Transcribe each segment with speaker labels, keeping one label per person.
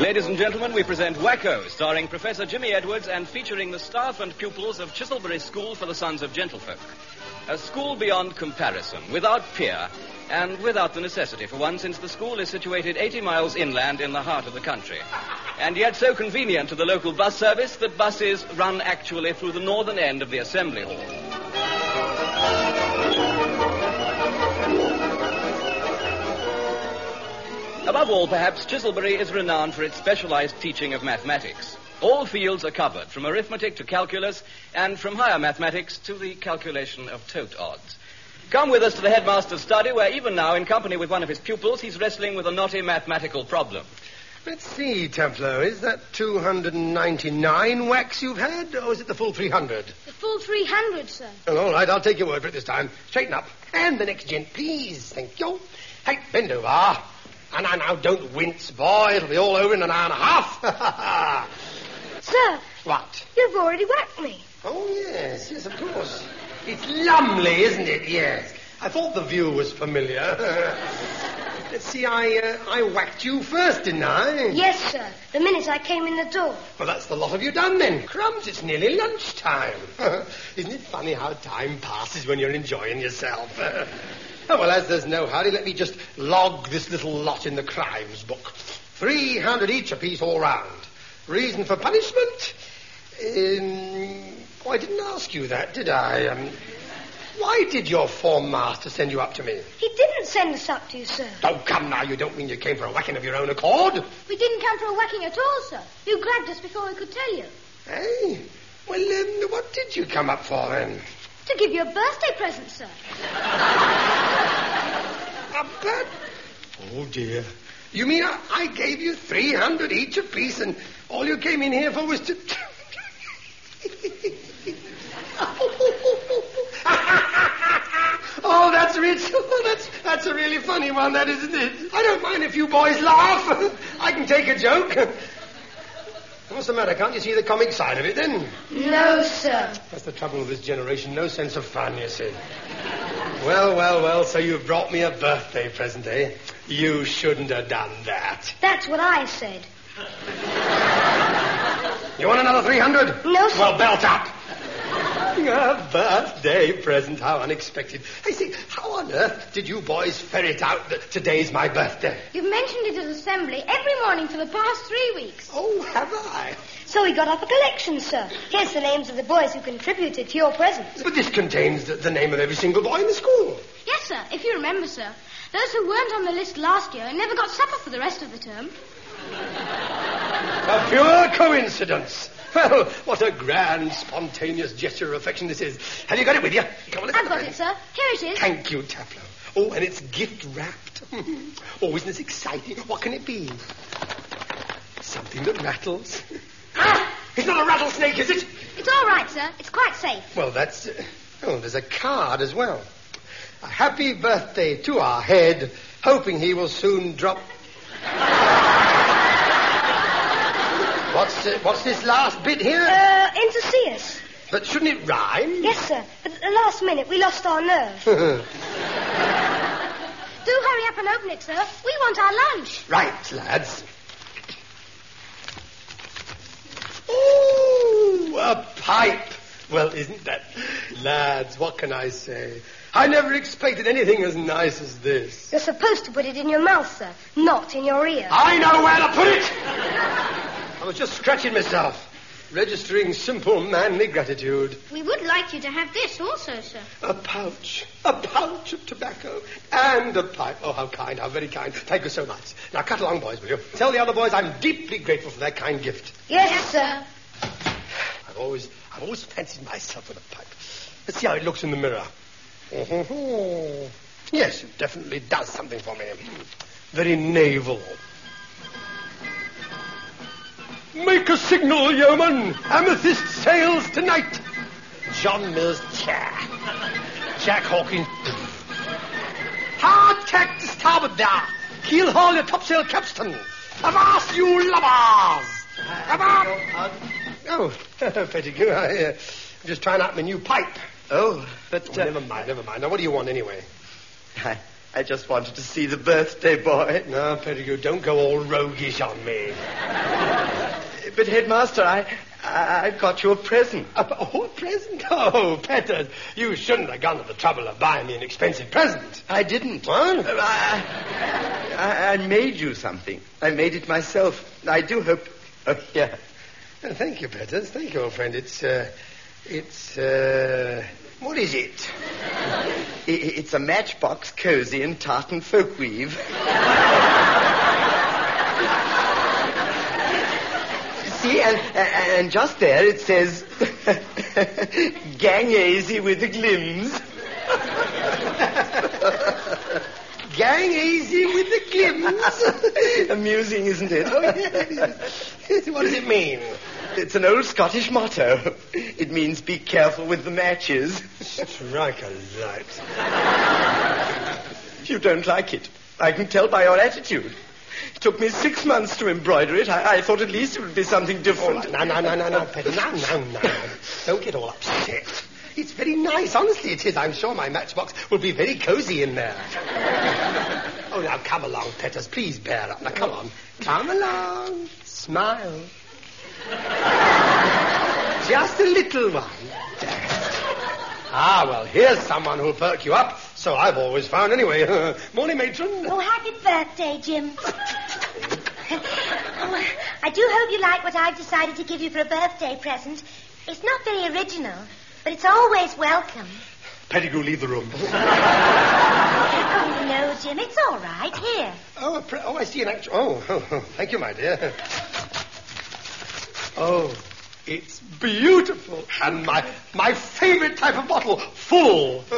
Speaker 1: Ladies and gentlemen, we present Wacko, starring Professor Jimmy Edwards and featuring the staff and pupils of Chiselbury School for the Sons of Gentlefolk. A school beyond comparison, without peer, and without the necessity for one, since the school is situated 80 miles inland in the heart of the country. And yet so convenient to the local bus service that buses run actually through the northern end of the assembly hall. Above all, perhaps, Chiselbury is renowned for its specialized teaching of mathematics. All fields are covered, from arithmetic to calculus, and from higher mathematics to the calculation of tote odds. Come with us to the headmaster's study, where even now, in company with one of his pupils, he's wrestling with a knotty mathematical problem.
Speaker 2: Let's see, Templar, is that 299 wax you've had, or is it the full 300?
Speaker 3: The full 300, sir.
Speaker 2: Oh, all right, I'll take your word for it this time. Straighten up. And the next gent, please. Thank you. Hey, bend over. Ah, now, now, don't wince, boy. It'll be all over in an hour and a half.
Speaker 3: Sir,
Speaker 2: what?
Speaker 3: you've already whacked me.
Speaker 2: Oh, yes, yes, of course. It's Lumley, isn't it? Yes. I thought the view was familiar. Let's see, I, uh, I whacked you first, didn't I?
Speaker 3: Yes, sir. The minute I came in the door.
Speaker 2: Well, that's the lot of you done then. Crumbs, it's nearly lunchtime. Isn't it funny how time passes when you're enjoying yourself? oh, well, as there's no hurry, let me just log this little lot in the crimes book. 300 each apiece all round. Reason for punishment? Um, oh, I didn't ask you that, did I? Um, why did your form master send you up to me?
Speaker 3: He didn't send us up to you, sir.
Speaker 2: Oh, come now, you don't mean you came for a whacking of your own accord?
Speaker 3: We didn't come for a whacking at all, sir. You grabbed us before we could tell you.
Speaker 2: Eh? Well, um, what did you come up for then?
Speaker 3: To give you a birthday present, sir.
Speaker 2: A bad... Oh, dear. You mean I, I gave you 300 each apiece and all you came in here for was to... oh, that's rich. Oh, that's, that's a really funny one, that, isn't it? I don't mind if you boys laugh. I can take a joke. What's the matter? Can't you see the comic side of it, then?
Speaker 3: No, sir.
Speaker 2: That's the trouble with this generation. No sense of fun, you see. Well, well, well, so you've brought me a birthday present, eh? You shouldn't have done that.
Speaker 3: That's what I said.
Speaker 2: You want another 300?
Speaker 3: No, sir.
Speaker 2: Well, belt up. A birthday present. How unexpected. I see, how on earth did you boys ferret out that today's my birthday?
Speaker 3: You've mentioned it at assembly every morning for the past three weeks.
Speaker 2: Oh, have I?
Speaker 3: So we got up a collection, sir. Here's the names of the boys who contributed to your present.
Speaker 2: But this contains the, the name of every single boy in the school.
Speaker 3: Yes, sir, if you remember, sir. Those who weren't on the list last year and never got supper for the rest of the term.
Speaker 2: A pure coincidence. Well, what a grand, spontaneous gesture of affection this is. Have you got it with you? Come on, let's
Speaker 3: I've got it, sir. Here it is.
Speaker 2: Thank you, Taplow. Oh, and it's gift wrapped. oh, isn't this exciting? What can it be? Something that rattles. ah! It's not a rattlesnake, is it?
Speaker 3: It's all right, sir. It's quite safe.
Speaker 2: Well, that's. Uh, oh, there's a card as well. A happy birthday to our head, hoping he will soon drop. what's, uh, what's this last bit here?
Speaker 3: Uh, in to see us.
Speaker 2: But shouldn't it rhyme?
Speaker 3: Yes, sir. But at the last minute, we lost our nerve. Do hurry up and open it, sir. We want our lunch.
Speaker 2: Right, lads. Ooh, a pipe. Well, isn't that... Lads, what can I say? I never expected anything as nice as this.
Speaker 3: You're supposed to put it in your mouth, sir, not in your ear.
Speaker 2: I know where to put it! I was just scratching myself, registering simple manly gratitude.
Speaker 3: We would like you to have this also, sir.
Speaker 2: A pouch, a pouch of tobacco, and a pipe. Oh, how kind, how very kind. Thank you so much. Now, cut along, boys, will you? Tell the other boys I'm deeply grateful for their kind gift.
Speaker 3: Yes, sir.
Speaker 2: I've always, I've always fancied myself with a pipe. Let's see how it looks in the mirror. Mm-hmm. Yes, it definitely does something for me. Very naval. Make a signal, yeoman! Amethyst sails tonight! John Mills chair. Jack Hawkins. Hard tack to starboard there. Keel haul your topsail capstan. Avast, you lubbers! Avast! Oh, Pettigrew, I, uh, I'm just trying out my new pipe.
Speaker 4: Oh, but
Speaker 2: Oh, never mind, never mind. Now, what do you want anyway?
Speaker 4: I, I just wanted to see the birthday boy.
Speaker 2: Now, Pettigrew, don't go all roguish on me.
Speaker 4: But, Headmaster, I, I, I've got you a present.
Speaker 2: A, oh, a present? Oh, Petters, you shouldn't have gone to the trouble of buying me an expensive present.
Speaker 4: I didn't.
Speaker 2: What?
Speaker 4: Uh, I, I, I made you something. I made it myself. I do hope. Oh, yeah.
Speaker 2: Uh, Thank you, Petters. Thank you, old friend. It's, uh, it's, uh, what is it?
Speaker 4: I- I- it's a matchbox cozy in tartan folk weave. See, and, and and just there it says, gang easy with the glims.
Speaker 2: Gang easy with the glims.
Speaker 4: Amusing, isn't it?
Speaker 2: oh, yes. what does it mean?
Speaker 4: It's an old Scottish motto. It means be careful with the matches.
Speaker 2: Strike a light.
Speaker 4: You don't like it. I can tell by your attitude. It took me six months to embroider it. I, I thought at least it would be something
Speaker 2: All
Speaker 4: different.
Speaker 2: right, no, no, no, no, no, Petters, no, no, no. Don't get all upset. It's very nice, honestly it is. I'm sure my matchbox will be very cozy in there. oh, now, come along, Petters. Please bear up. Now, come on. Come along. Smile. Just a little one. Ah, well, here's someone who'll perk you up. So I've always found, anyway. Morning, matron.
Speaker 5: Oh, happy birthday, Jim. oh, I do hope you like what I've decided to give you for a birthday present. It's not very original, but it's always welcome.
Speaker 2: Pettigrew, leave the room.
Speaker 5: Oh, no, Jim, it's all right. Here.
Speaker 2: Oh, a pre- oh, I see an actual. Oh, oh, oh, thank you, my dear. Oh, it's beautiful. And my, my favorite type of bottle, full.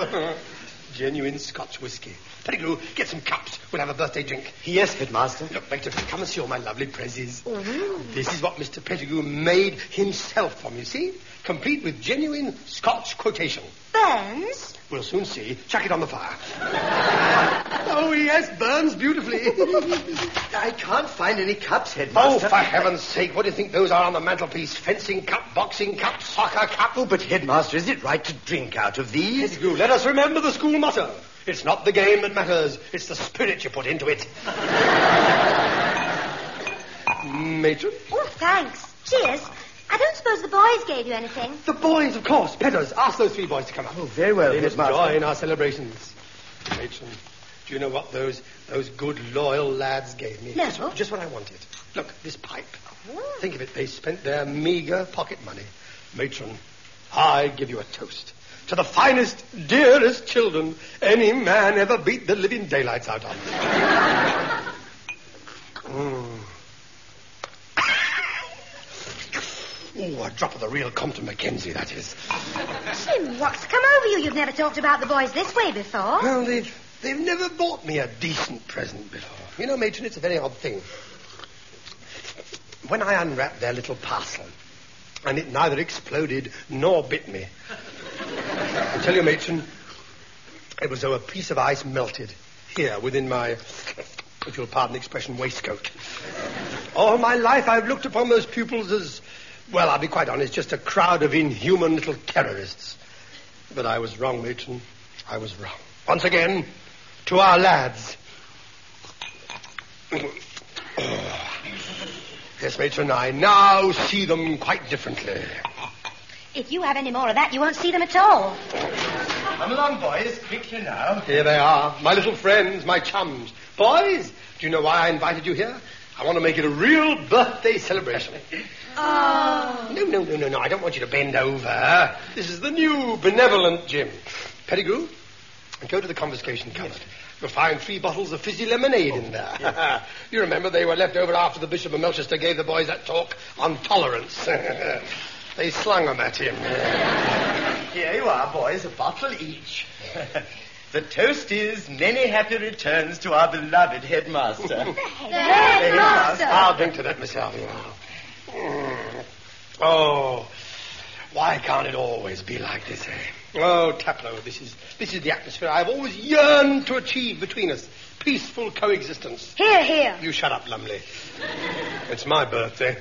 Speaker 2: Genuine Scotch whiskey. Pettigrew, get some cups. We'll have a birthday drink.
Speaker 4: Yes, headmaster. Mm-hmm.
Speaker 2: Look, Victor, come and see all my lovely prezzies. This is what Mr. Pettigrew made himself from, you see? Complete with genuine Scotch quotation.
Speaker 5: Burns?
Speaker 2: We'll soon see. Chuck it on the fire. oh, yes, burns beautifully.
Speaker 4: I can't find any cups,
Speaker 2: Oh,
Speaker 4: headmaster.
Speaker 2: for heaven's sake, what do you think those are on the mantelpiece? Fencing cup, boxing cup, soccer cup?
Speaker 4: Oh, but headmaster, is it right to drink out of these?
Speaker 2: Pettigrew, let us remember the school motto. It's not the game that matters, it's the spirit you put into it. Matron?
Speaker 5: Oh, thanks. Cheers. I don't suppose the boys gave you anything.
Speaker 2: The boys, of course. Petters, ask those three boys to come up.
Speaker 4: Oh, very well,
Speaker 2: They must
Speaker 4: headmaster.
Speaker 2: join our celebrations. Matron, do you know what those those good, loyal lads gave me?
Speaker 5: No.
Speaker 2: Just what I wanted. Look, this pipe.
Speaker 5: Oh.
Speaker 2: Think of it. They spent their meager pocket money. Matron, I give you a toast. To the finest, dearest children any man ever beat the living daylights out of. Mm. Ooh, a drop of the real Compton Mackenzie, that is.
Speaker 5: Jim, what's come over you? You've never talked about the boys this way before.
Speaker 2: Well, they've, they've never bought me a decent present before. You know, matron, it's a very odd thing. When I unwrapped their little parcel, and it neither exploded nor bit me, I tell you, matron, it was though a piece of ice melted here within my, if you'll pardon the expression, waistcoat. All my life I've looked upon those pupils as, well, I'll be quite honest, just a crowd of inhuman little terrorists. But I was wrong, matron. I was wrong. Once again, to our lads. yes, matron, I now see them quite differently.
Speaker 5: If you have any more of that, you won't see them at all.
Speaker 4: Come along, boys. Quick, you now.
Speaker 2: Here they are, my little friends, my chums. Boys, do you know why I invited you here? I want to make it a real birthday celebration. Oh. No, no, no, no, no. I don't want you to bend over. This is the new benevolent Jim. Pettigrew, go to the confiscation cupboard. You'll find three bottles of fizzy lemonade in there. you remember they were left over after the Bishop of Melchester gave the boys that talk on tolerance. they slung 'em at him.
Speaker 4: Here you are, boys, a bottle each. the toast is many happy returns to our beloved headmaster.
Speaker 2: I'll drink to that myself, you know. Mm. Oh, why can't it always be like this, eh? Oh, Taplow, this is this is the atmosphere I've always yearned to achieve between us. Peaceful coexistence.
Speaker 5: Here, here.
Speaker 2: You shut up, Lumley. It's my birthday.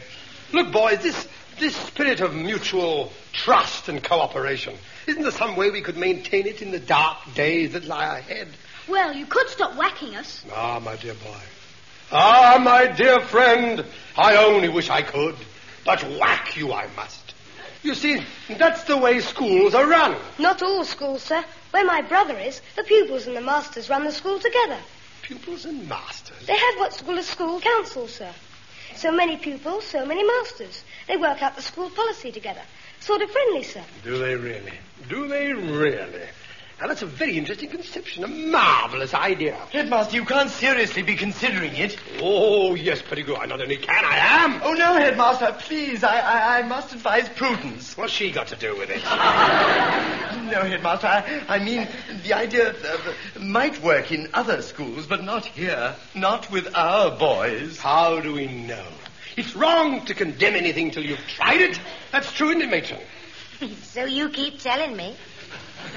Speaker 2: Look, boys, this this spirit of mutual trust and cooperation. Isn't there some way we could maintain it in the dark days that lie ahead?
Speaker 3: Well, you could stop whacking us.
Speaker 2: Ah, my dear boy. Ah, my dear friend. I only wish I could. But whack you I must. You see, that's the way schools are run.
Speaker 5: Not all schools, sir. Where my brother is, the pupils and the masters run the school together.
Speaker 2: Pupils and masters.
Speaker 5: They have what's called a school council, sir. So many pupils, so many masters. They work out the school policy together. Sort of friendly, sir.
Speaker 2: Do they really? Do they really? Now, that's a very interesting conception, a marvelous idea.
Speaker 4: Headmaster, you can't seriously be considering it.
Speaker 2: Oh, yes, Pettigrew, I not only can, I am.
Speaker 4: Oh, no, Headmaster, please, I, I, I must advise prudence.
Speaker 2: What's she got to do with it?
Speaker 4: No, Headmaster, I, I mean, the idea of, uh, might work in other schools, but not here. Not with our boys.
Speaker 2: How do we know? It's wrong to condemn anything till you've tried it. That's true, isn't it, matron?
Speaker 5: So you keep telling me.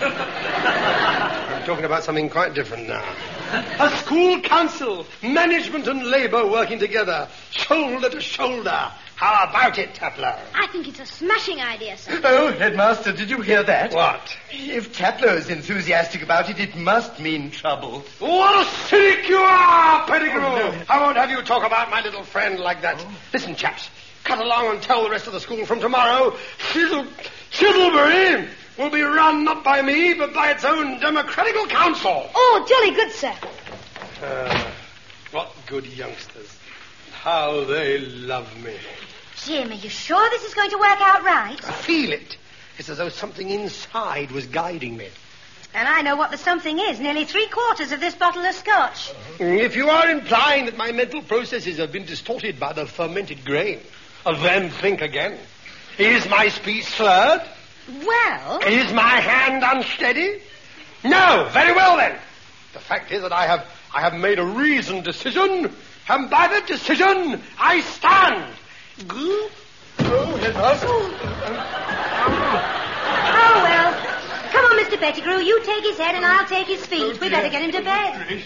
Speaker 2: I'm talking about something quite different now. A school council, management and labor working together, shoulder to shoulder. How about it, Taplow?
Speaker 3: I think it's a smashing idea, sir.
Speaker 4: Oh, Headmaster, did you hear that?
Speaker 2: What?
Speaker 4: If Tatlow's enthusiastic about it, it must mean trouble.
Speaker 2: What a cynic you are, Pettigrew! I won't have you talk about my little friend like that. Listen, chaps, cut along and tell the rest of the school from tomorrow. Chisel- Chiselbury will be run not by me, but by its own democratical council.
Speaker 5: Oh, jolly good, sir.
Speaker 2: Ah, what good youngsters. How they love me.
Speaker 5: Jim, are you sure this is going to work out right?
Speaker 2: I feel it. It's as though something inside was guiding me.
Speaker 5: And I know what the something is. Nearly three quarters of this bottle of scotch.
Speaker 2: If you are implying that my mental processes have been distorted by the fermented grain, then think again. Is my speech slurred?
Speaker 5: Well,
Speaker 2: Is my hand unsteady? No, very well then. The fact is that I have I have made a reasoned decision, and by that decision I stand. Goo-
Speaker 4: Oh, Headmaster.
Speaker 5: oh well. Come on, Mr. Pettigrew. You take his head and I'll take his feet. We'd better get him to bed.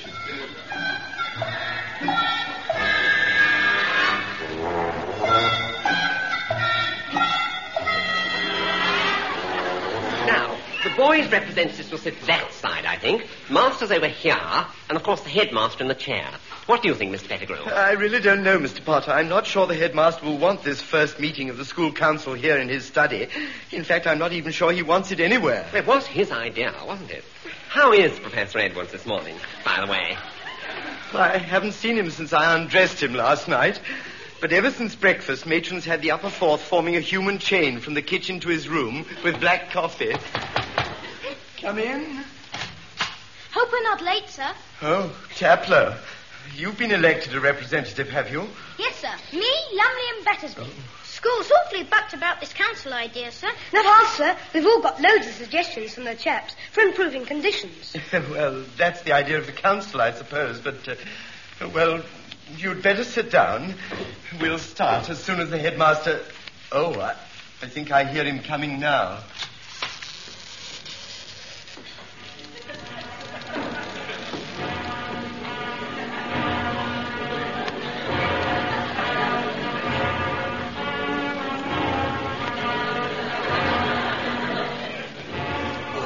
Speaker 6: Now, the boys' representatives will sit that side, I think. Master's over here, and of course the headmaster in the chair. What do you think, Mr. Pettigrew?
Speaker 4: I really don't know, Mr. Potter. I'm not sure the headmaster will want this first meeting of the school council here in his study. In fact, I'm not even sure he wants it anywhere.
Speaker 6: It was his idea, wasn't it? How is Professor Edwards this morning, by the way?
Speaker 4: I haven't seen him since I undressed him last night. But ever since breakfast, Matron's had the upper fourth forming a human chain from the kitchen to his room with black coffee. Come in.
Speaker 3: Hope we're not late, sir.
Speaker 4: Oh, Taplow. You've been elected a representative, have you?
Speaker 3: Yes, sir. Me, Lumley, and Battersby. School's awfully bucked about this council idea, sir.
Speaker 5: Not half, sir. We've all got loads of suggestions from the chaps for improving conditions.
Speaker 4: well, that's the idea of the council, I suppose, but, uh, well, you'd better sit down. We'll start as soon as the headmaster. Oh, I, I think I hear him coming now.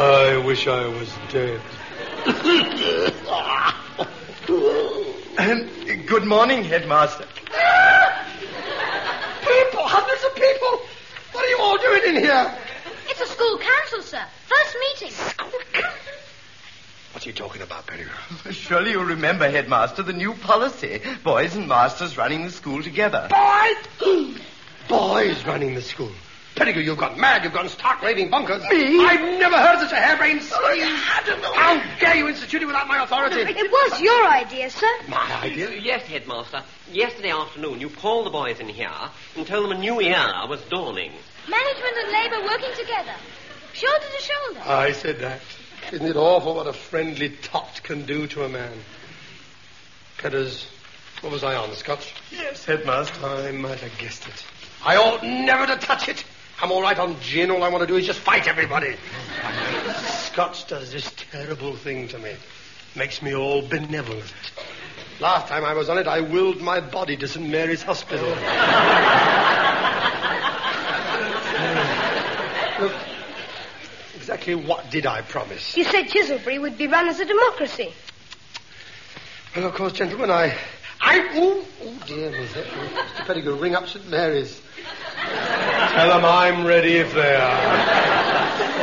Speaker 2: I wish I was dead.
Speaker 4: Um, good morning, headmaster.
Speaker 2: People, hundreds of people. What are you all doing in here?
Speaker 3: It's a school council, sir. First meeting.
Speaker 2: What are you talking about, Pettigrew?
Speaker 4: Surely you remember, headmaster, the new policy. Boys and masters running the school together.
Speaker 2: Boys! Boys running the school. Pettigrew, you've gone mad. You've gone stark raving bonkers. Me? Oh, I've never heard such a harebrained scheme. How dare you institute it without my authority?
Speaker 5: It was your idea, sir.
Speaker 2: my idea?
Speaker 6: Yes, headmaster. Yesterday afternoon, you called the boys in here and told them a new era was dawning.
Speaker 3: Management and labor working together. Shoulder to shoulder.
Speaker 2: I said that. Isn't it awful what a friendly tot can do to a man? Kedders, what was I on, Scotch?
Speaker 4: Yes, headmaster.
Speaker 2: I might have guessed it. I ought never to touch it. I'm all right on gin. All I want to do is just fight everybody. Scotch does this terrible thing to me. Makes me all benevolent. Last time I was on it, I willed my body to St. Mary's Hospital. Look, exactly what did I promise?
Speaker 5: You said Chiselbury would be run as a democracy.
Speaker 2: Well, of course, gentlemen, I. I. Oh, oh dear me. that- Mr. Pettigrew, ring up St. Mary's. Tell them I'm ready if they are.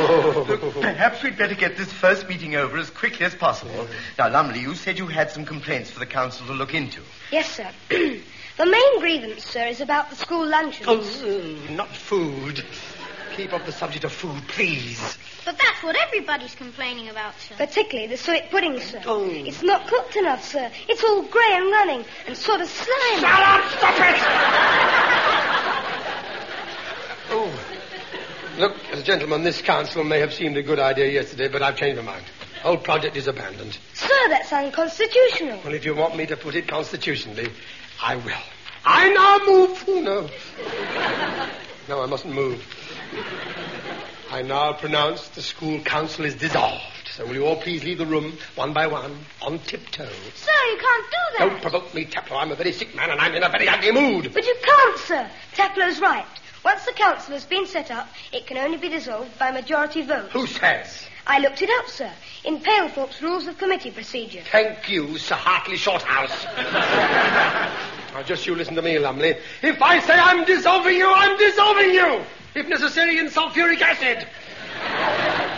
Speaker 2: Oh.
Speaker 4: Perhaps we'd better get this first meeting over as quickly as possible. Now, Lumley, you said you had some complaints for the council to look into.
Speaker 3: Yes, sir. the main grievance, sir, is about the school luncheons.
Speaker 2: Oh, not food. Keep off the subject of food, please.
Speaker 3: But that's what everybody's complaining about, sir.
Speaker 7: Particularly the sweet pudding, sir.
Speaker 2: Oh.
Speaker 7: It's not cooked enough, sir. It's all grey and running and sort of slimy.
Speaker 2: Oh. Look, gentlemen, this council may have seemed a good idea yesterday, but I've changed my mind. Whole project is abandoned.
Speaker 7: Sir, that's unconstitutional.
Speaker 2: Well, if you want me to put it constitutionally, I will. I now move. Oh, no. No, I mustn't move. I now pronounce the school council is dissolved. So will you all please leave the room one by one on tiptoe?
Speaker 3: Sir, you can't do that.
Speaker 2: Don't provoke me, Taplow. I'm a very sick man and I'm in a very ugly mood.
Speaker 7: But you can't, sir. Taplow's right. Once the council has been set up, it can only be dissolved by majority vote.
Speaker 2: Who says?
Speaker 7: I looked it up, sir, in Palethorpe's Rules of Committee Procedure.
Speaker 2: Thank you, Sir Hartley Shorthouse. now, just you listen to me, Lumley. If I say I'm dissolving you, I'm dissolving you. If necessary, in sulfuric acid.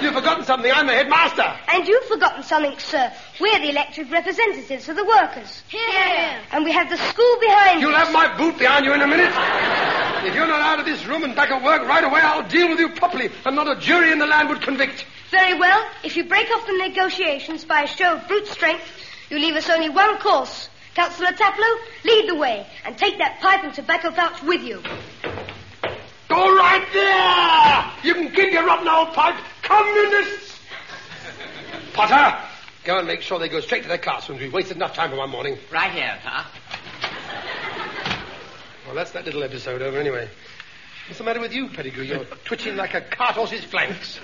Speaker 2: You've forgotten something. I'm the headmaster.
Speaker 7: And you've forgotten something, sir. We're the elected representatives of the workers.
Speaker 3: Here.
Speaker 7: And we have the school behind
Speaker 2: You'll
Speaker 7: us.
Speaker 2: have my boot behind you in a minute. If you're not out of this room and back at work right away, I'll deal with you properly, and not a jury in the land would convict.
Speaker 7: Very well. If you break off the negotiations by a show of brute strength, you leave us only one course. Councillor Taplow, lead the way and take that pipe and tobacco pouch with you.
Speaker 2: Go right there! You can keep your rotten old pipe, communists! Potter, go and make sure they go straight to their classrooms. We've wasted enough time for one morning.
Speaker 6: Right here, sir.
Speaker 2: Well, that's that little episode over anyway. What's the matter with you, Pettigrew? You're twitching like a cart horse's flanks.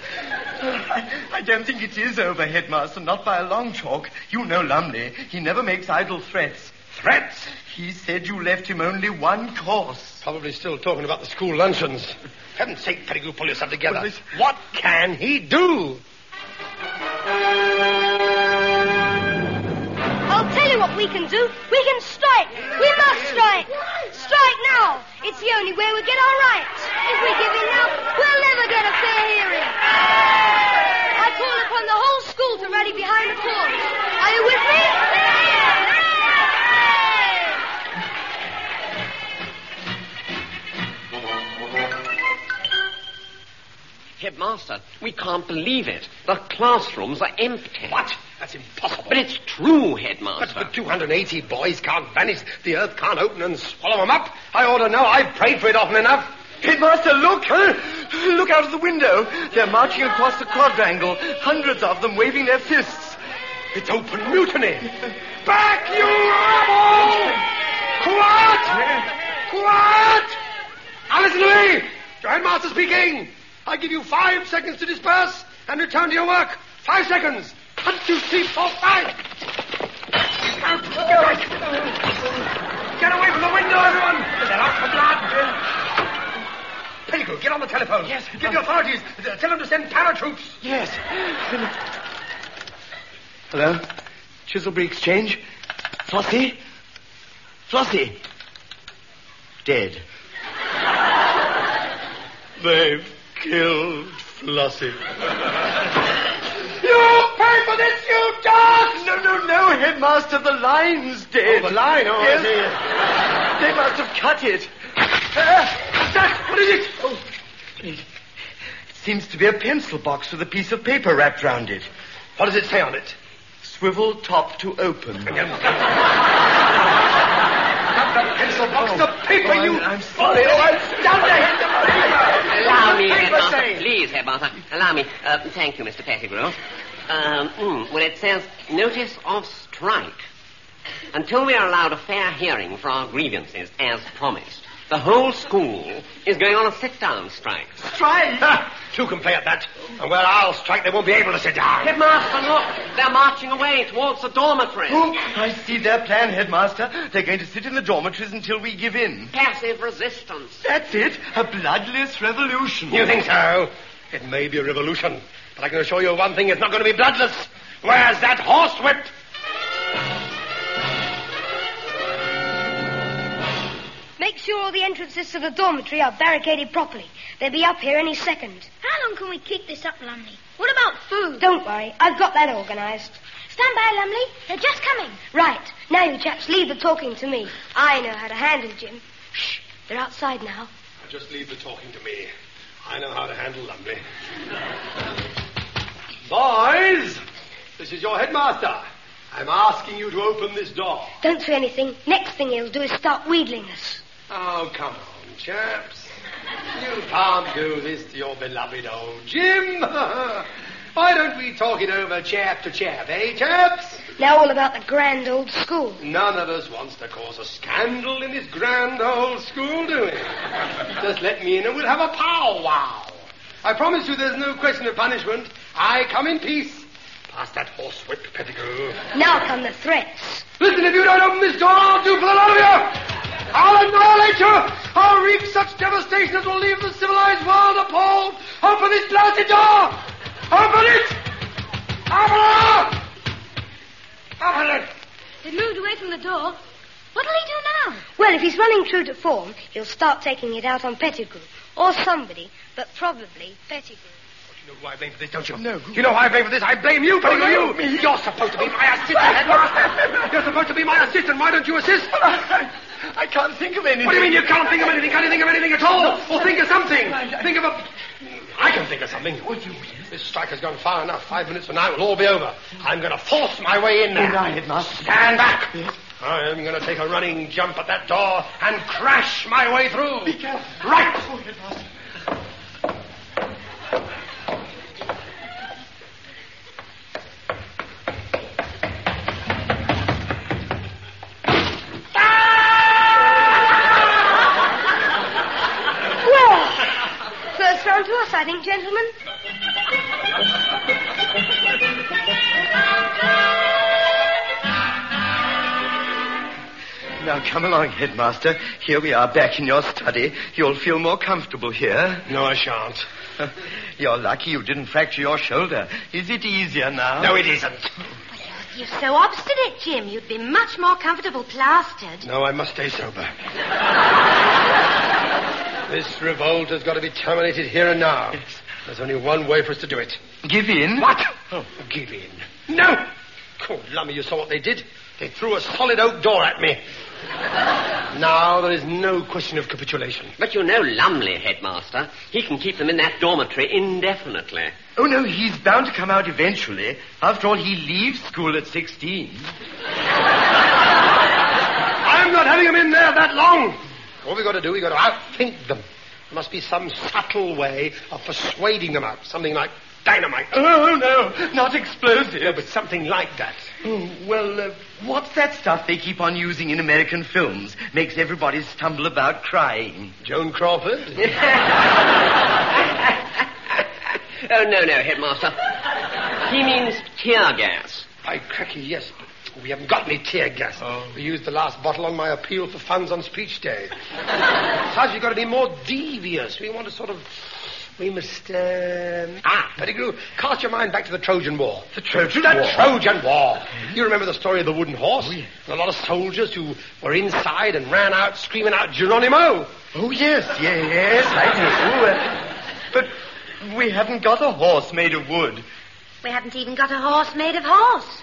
Speaker 4: I, I don't think it is over, Headmaster, not by a long chalk. You know Lumley. He never makes idle threats. Threats? He said you left him only one course.
Speaker 2: Probably still talking about the school luncheons. Heaven's sake, Pettigrew, pull yourself together.
Speaker 4: Well, this-
Speaker 2: What can he do?
Speaker 7: I'll tell you what we can do. We can strike. We must strike. Strike now. It's the only way we'll get our rights. If we give in now, we'll never get a fair hearing. I call upon the whole school to rally behind the cause. Are you with me?
Speaker 6: Headmaster, we can't believe it. The classrooms are empty.
Speaker 2: What? That's impossible.
Speaker 6: But it's true,
Speaker 2: But,
Speaker 6: Headmaster.
Speaker 2: but 280 boys can't vanish. The earth can't open and swallow them up. I ought to know. I've prayed for it often enough.
Speaker 4: Headmaster, look! Huh? Look out of the window. They're marching across the quadrangle, hundreds of them waving their fists.
Speaker 2: It's open mutiny. Back, you rabble! Quiet! Quiet! Alison Lee! Your headmaster speaking. I give you five seconds to disperse and return to your work. Five seconds. One, two, three, four, five. Out. Get away from the window, everyone! They're out for blood. Pettigrew, get on the telephone. Yes. Give the authorities. Tell them to send paratroops.
Speaker 4: Yes. Hello? Chiselbury Exchange? Flossie? Flossie? Dead.
Speaker 2: They've killed Flossie. you pay for this, you dog!
Speaker 4: No, no, no, Headmaster, the line's dead.
Speaker 2: Oh, the line, oh, I
Speaker 4: yes.
Speaker 2: see.
Speaker 4: They must have cut it.
Speaker 2: Ah, that- what is it? Oh,
Speaker 4: Seems to be a pencil box with a piece of paper wrapped round it.
Speaker 2: what does it say on it?
Speaker 4: Swivel top to open.
Speaker 2: Not the pencil box, the paper,
Speaker 4: Oh, I'm-
Speaker 2: you...
Speaker 4: I'm sorry.
Speaker 2: Oh, I'm down there.
Speaker 6: Allow me,
Speaker 2: Paper
Speaker 6: Headmaster.
Speaker 2: saying.
Speaker 6: Please, Headmaster. Allow me. Uh, thank you, Mr. Pettigrew. Um, mm, well, it says notice of strike. Until we are allowed a fair hearing for our grievances, as promised, the whole school is going on a sit-down strike.
Speaker 2: Ha, Two can play at that. And where I'll strike, they won't be able to sit down.
Speaker 6: Headmaster, look! They're marching away towards the dormitory.
Speaker 4: Oh, I see their plan, Headmaster. They're going to sit in the dormitories until we give in.
Speaker 6: Passive resistance.
Speaker 4: That's it. A bloodless revolution.
Speaker 2: You think so? It may be a revolution, but I can assure you one thing, it's not going to be bloodless. Where's that horsewhip?
Speaker 7: sure all the entrances to the dormitory are barricaded properly. They'll be up here any second.
Speaker 3: How long can we keep this up, Lumley? What about food?
Speaker 7: Don't worry, I've got that organised.
Speaker 3: Stand by, Lumley. They're just coming.
Speaker 7: Right, now you chaps leave the talking to me. I know how to handle Jim. Shh, they're outside now.
Speaker 2: Just leave the talking to me. I know how to handle Lumley. Boys, this is your headmaster. I'm asking you to open this door.
Speaker 7: Don't say anything. Next thing he'll do is start wheedling us.
Speaker 2: Oh, come on, chaps. You can't do this to your beloved old Jim. Why don't we talk it over chap to chap, eh, chaps?
Speaker 7: Now all about the grand old school.
Speaker 2: None of us wants to cause a scandal in this grand old school, do we? Just let me in and we'll have a powwow. I promise you there's no question of punishment. I come in peace. Pass that horsewhip, Pettigrew.
Speaker 7: Now come the threats.
Speaker 2: Listen, if you don't open this door, I'll do for the lot of you. I'll annihilate you. I'll wreak such devastation as will leave the civilized world appalled. Open this blasted door. Open it. Open it. Open it.
Speaker 3: They've moved away from the door. What'll he do now?
Speaker 7: Well, if he's running true to form, he'll start taking it out on Pettigrew. Or somebody, but probably Pettigrew.
Speaker 2: You know who I blame for this, don't you? No. You know who I blame for this? I blame you, Pettigrew. you. Me. You're supposed to be my assistant, headmaster. You're supposed to be my assistant. Why don't you assist?
Speaker 4: I can't think of anything.
Speaker 2: What do you mean you can't think of anything? Can't you think of anything at all? Or think of something? Think of a... I can think of something. What do you mean? This strike has gone far enough. Five minutes from now, it will all be over. I'm going to force my way in there.
Speaker 4: And I, headmaster.
Speaker 2: Stand back. I am going to take a running jump at that door and crash my way through.
Speaker 4: Be careful.
Speaker 2: Right.
Speaker 7: Well, first round to us, I think, gentlemen.
Speaker 4: Now come along, headmaster. Here we are back in your study. You'll feel more comfortable here.
Speaker 2: No, I shan't.
Speaker 4: You're lucky you didn't fracture your shoulder. Is it easier now?
Speaker 2: No, it isn't.
Speaker 5: You're so obstinate, Jim. You'd be much more comfortable plastered.
Speaker 2: No, I must stay sober. this revolt has got to be terminated here and now. There's only one way for us to do it.
Speaker 4: Give in.
Speaker 2: What? Oh, give in. No! Good lummy, you saw what they did. They threw a solid oak door at me. now there is no question of capitulation.
Speaker 6: But you know Lumley, headmaster. He can keep them in that dormitory indefinitely.
Speaker 4: Oh, no, he's bound to come out eventually. After all, he leaves school at 16.
Speaker 2: I'm not having them in there that long. All we've got to do, we've got to outthink them. There must be some subtle way of persuading them out. Something like dynamite.
Speaker 4: Oh, no, not explosive.
Speaker 2: Yeah, but something like that.
Speaker 4: Oh, well, uh, what's that stuff they keep on using in American films? Makes everybody stumble about crying.
Speaker 2: Joan Crawford?
Speaker 6: Oh, no, no, headmaster. He means tear gas.
Speaker 2: By cracky, yes, but we haven't got any tear gas.
Speaker 4: Oh.
Speaker 2: We used the last bottle on my appeal for funds on speech day. Sarge, you've got to be more devious. We want to sort of... We must, um... Ah, Pettigrew, cast your mind back to the Trojan War.
Speaker 4: The Trojan
Speaker 2: The
Speaker 4: War? Mm-hmm. Oh,
Speaker 2: Trojan War. You remember the story of the wooden horse? A lot of soldiers who were inside and ran out screaming out, Geronimo!
Speaker 4: Oh, yes, yes, yes, I know. Uh, but we haven't got a horse made of wood.
Speaker 5: We haven't even got a horse made of horse.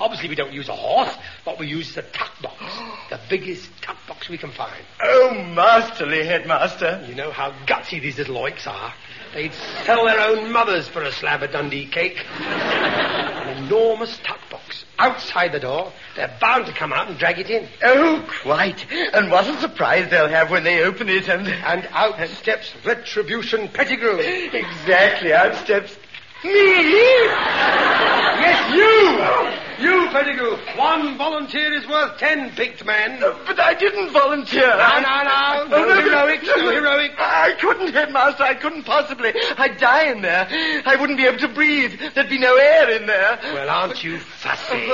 Speaker 2: Obviously, we don't use a horse. What we use is a tuck box. the biggest tuck box we can find.
Speaker 4: Oh, masterly, headmaster.
Speaker 2: You know how gutsy these little oiks are. They'd sell their own mothers for a slab of Dundee cake. An enormous tuck box outside the door. They're bound to come out and drag it in.
Speaker 4: Oh, quite. And what a surprise they'll have when they open it and...
Speaker 2: And out steps Retribution Pettigrew.
Speaker 4: Exactly, out steps... Me?
Speaker 2: Yes, you! You, Pettigrew. One volunteer is worth ten picked men.
Speaker 4: No, but I didn't volunteer.
Speaker 2: No, no, no.
Speaker 4: Oh,
Speaker 2: No
Speaker 4: no,
Speaker 2: heroics,
Speaker 4: no,
Speaker 2: no
Speaker 4: no.
Speaker 2: heroics.
Speaker 4: I couldn't, headmaster. I couldn't possibly. I'd die in there. I wouldn't be able to breathe. There'd be no air in there.
Speaker 2: Well, aren't you fussy?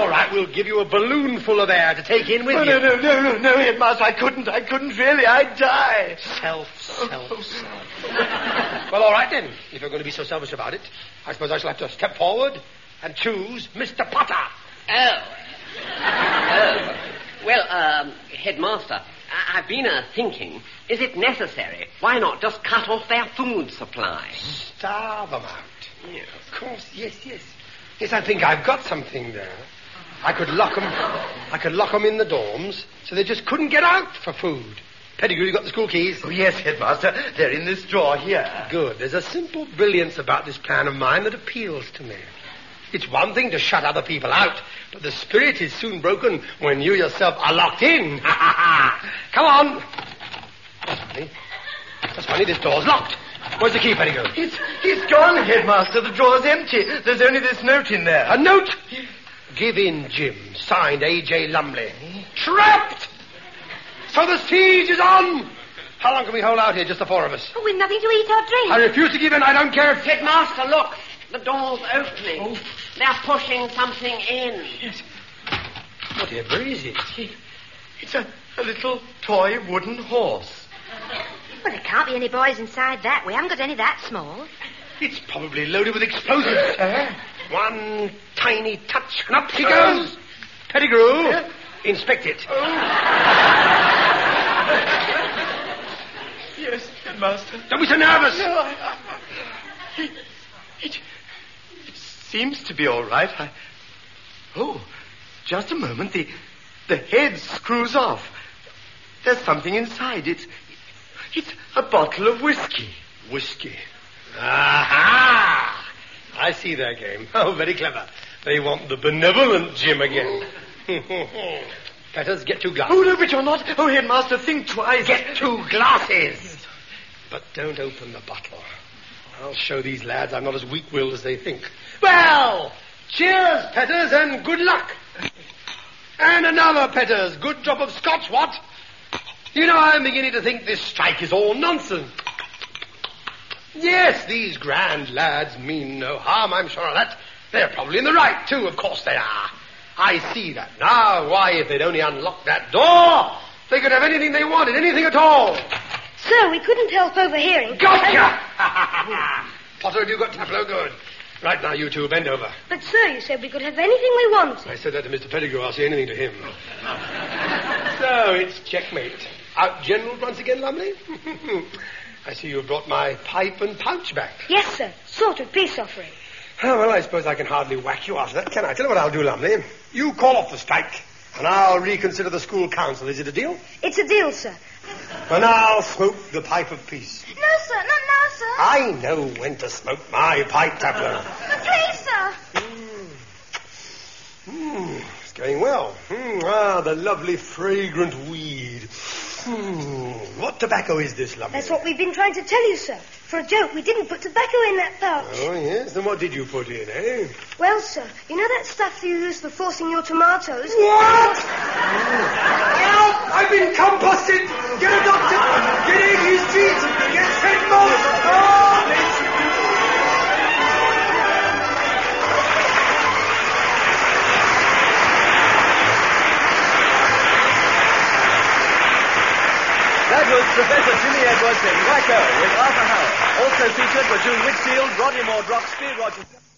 Speaker 2: All right, we'll give you a balloon full of air to take in with
Speaker 4: Oh,
Speaker 2: you.
Speaker 4: no, no, no, no, no, headmaster. I couldn't. I couldn't really. I'd die.
Speaker 2: Self, self, self. well, all right then. If you're going to be so selfish about it, I suppose I shall have to step forward and choose Mr. Potter.
Speaker 6: Oh. Oh. Well, um, headmaster, I- I've been uh, thinking, is it necessary? Why not just cut off their food supply?
Speaker 2: Starve them out. Yeah, of course. Yes, yes. Yes, I think I've got something there. I could lock 'em. I could lock 'em in the dorms so they just couldn't get out for food. Pettigrew, you got the school keys?
Speaker 4: Oh, yes, headmaster. They're in this drawer here.
Speaker 2: Good. There's a simple brilliance about this plan of mine that appeals to me. It's one thing to shut other people out, but the spirit is soon broken when you yourself are locked in. Ha ha ha! Come on. That's funny. That's funny. This door's locked. Where's the key, Pettigrew?
Speaker 4: It's, he's gone, headmaster. The drawer's empty. There's only this note in there.
Speaker 2: A note. Give in, Jim. Signed A.J. Lumley. Trapped! So the siege is on! How long can we hold out here, just the four of us?
Speaker 5: Oh, with nothing to eat or drink.
Speaker 2: I refuse to give in. I don't care if...
Speaker 6: Headmaster, look. The door's opening. They're pushing something in.
Speaker 2: Whatever is it?
Speaker 4: It's a, a little toy wooden horse.
Speaker 5: Well, there can't be any boys inside that. We haven't got any that small.
Speaker 2: It's probably loaded with explosives. One tiny touch, and up she goes. Pettigrew, Oh. inspect it.
Speaker 4: Yes, headmaster.
Speaker 2: Don't be so nervous.
Speaker 4: No, I, I, I- it, it, it seems to be all right. I, oh, just a moment. The, the head screws off. There's something inside. It's, it's a bottle of whiskey.
Speaker 2: Whiskey. Aha! I see their game. Oh, very clever. They want the benevolent Jim again. Let us get two
Speaker 4: Oh,
Speaker 2: glasses.
Speaker 4: no, but you're not. Oh, headmaster, think twice.
Speaker 2: Get two glasses! But don't open the bottle. I'll show these lads I'm not as weak-willed as they think. Well, cheers, Petters, and good luck. And another, Petters. Good drop of scotch, what? You know, I'm beginning to think this strike is all nonsense. Yes, these grand lads mean no harm, I'm sure of that. They're probably in the right, too, of course they are. I see that now. Why, if they'd only unlocked that door, they could have anything they wanted, anything at all.
Speaker 7: Sir, we couldn't help overhearing.
Speaker 2: Gotcha! Potter, have you got tableau? Good. Right now, you two, bend over.
Speaker 7: But, sir, you said we could have anything we wanted.
Speaker 2: I said that to Mr. Pettigrew. I'll say anything to him. so it's checkmate. Out general once again, Lumley? I see you've brought my pipe and pouch back.
Speaker 7: Yes, sir. Sort of peace offering.
Speaker 2: Oh, well, I suppose I can hardly whack you after that, can I? Tell you what I'll do, Lumley. You call off the strike, and I'll reconsider the school council. Is it a deal?
Speaker 7: It's a deal, sir.
Speaker 2: And I'll smoke the pipe of peace.
Speaker 5: No, sir. Not now, sir.
Speaker 7: Ah.
Speaker 2: I know when to smoke my pipe, Tabler.
Speaker 5: But please, sir.
Speaker 2: Hmm, it's going well. Hmm, ah, the lovely fragrant weed. Hmm, what tobacco is this, Lumley?
Speaker 7: That's what we've been trying to tell you, sir. For a joke, we didn't put tobacco in that pouch.
Speaker 2: Oh, yes. Then what did you put in, eh?
Speaker 7: Well, sir, you know that stuff you use for forcing your tomatoes?
Speaker 2: What? Help! I've been composted! Get a doctor! Get AD's treats! Get Oh, Fenmos!
Speaker 1: That was Professor Jimmy Edwards in Wacko with Arthur Howard. Also featured were June Whitfield, Roddy Moore Droxby, Roger...